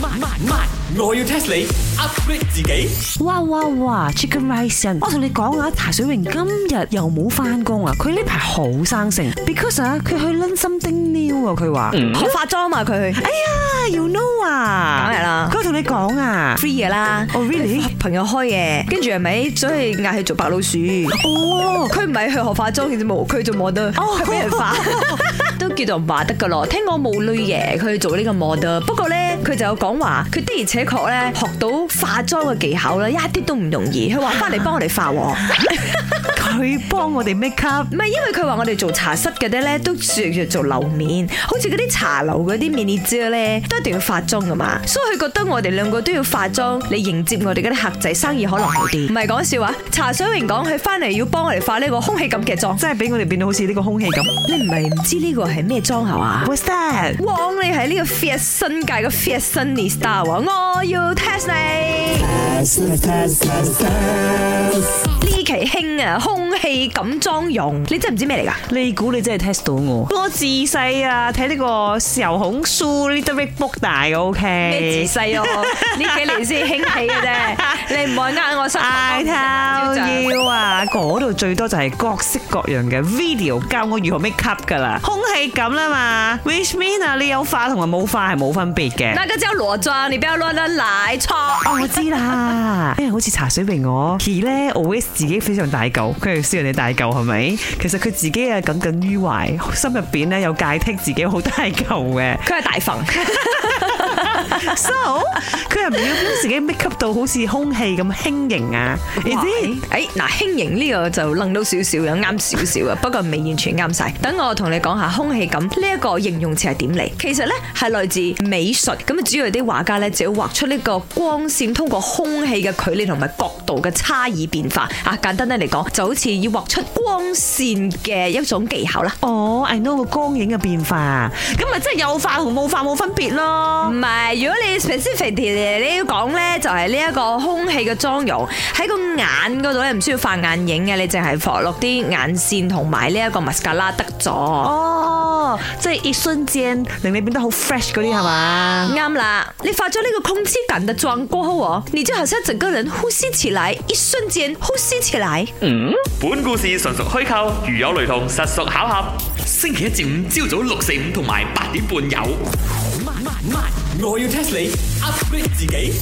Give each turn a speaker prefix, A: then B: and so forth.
A: 慢慢慢，我要 test 你 upgrade 自己。
B: 哇哇哇！Chicken Rice 人，我同你講啊，柴水榮今日又冇翻工啊，佢呢排好生性，because 啊，佢去 London 丁 new 啊，佢話，
C: 學化妝啊佢
B: 哎呀，you know 啊，
C: 梗係啦
B: 佢同你講啊，
C: free 嘅啦，
B: 哦 really？
C: 朋友開嘅，跟住係咪所以嗌佢做白老鼠？
B: 哦，
C: 佢唔係去學化妝嘅啫冇，佢做 model，佢俾人 化，都叫做唔話得噶咯。聽講冇女嘅，佢做呢個 model，不過咧佢就有講話，佢的而且確咧學到化妝嘅技巧咧，一啲都唔容易。佢話翻嚟幫我哋化喎。
B: 佢幫我哋 make up。
C: 唔係，因為佢話我哋做茶室嘅啲咧，都算叫做樓面，好似嗰啲茶樓嗰啲 mini 姐咧，都一定要化妝噶嘛，所以佢覺得我哋兩個都要化妝嚟迎接我哋嗰啲客仔，生意可能好啲。唔係講笑啊！茶水榮講佢翻嚟要幫我哋化呢個空氣感嘅妝，
B: 真係俾我哋變到好似呢個空氣咁。
C: 你唔係唔知呢個係咩妝係嘛？
B: What's that？
C: 汪，你係呢個 f i e r 新界嘅 f i e r Sunny Star 啊！我要 test 你。呢期興啊，空氣感妝容，你真係唔知咩嚟㗎？
B: 你估你真係 test 到我？我自細啊睇呢個小紅書 Little Big Book 大嘅
C: 咩
B: ，OK。
C: 自細哦？呢幾年先興起嘅啫，你唔好呃我心口
B: 嗌
C: 講嘅
B: 偷腰啊！嗰度最多就係各式各樣嘅 video 教我如何 make up 噶啦，空氣咁啦嘛，which mean 啊，你有化同埋冇化係冇分別嘅。
C: 那個叫裸妝，你不要亂亂來錯。
B: 哦，我知啦， 哎因為好似茶水榮我佢咧 always 自己非常大嚿，佢係笑人哋大嚿係咪？其實佢自己啊耿耿於懷，心入邊咧有芥剔自己好大嚿 嘅
C: 佢係大馮，
B: ，so 佢又唔要將自己 make up 到好似空氣咁輕盈啊，你知？
C: 誒哎嗱，輕盈呢個就楞到少少嘅，啱少少嘅，啊不過未完全啱晒。等我同你講下空氣感呢一個形容詞係點嚟？其實呢係來自美術，咁啊主要係啲畫家呢，就要畫出呢個光線通過空氣嘅距離同埋角度嘅差異變化。啊，簡單啲嚟講，就好似要畫出光線嘅一種技巧啦。
B: 哦，I know 個光影嘅變化，咁咪真係有化同冇化冇分別咯
C: 唔。係，如果你 specific 啲你要講咧，就係呢一個空氣嘅妝容喺個眼嗰度咧，唔需要畫眼影嘅，你淨係放落啲眼線同埋呢一個 mascara 得咗。
B: 哦，即係一瞬間令你變得好 fresh 嗰啲係嘛？
C: 啱啦，你化咗呢個空氣感的妝過後哦，你就好像整個人呼吸起來，一瞬間呼吸起來。
D: 本故事純屬虛構，如有雷同，實屬巧合。星期一至五朝早六四五同埋八點半有。
A: 慢慢慢，我要 test 你 upgrade 自己。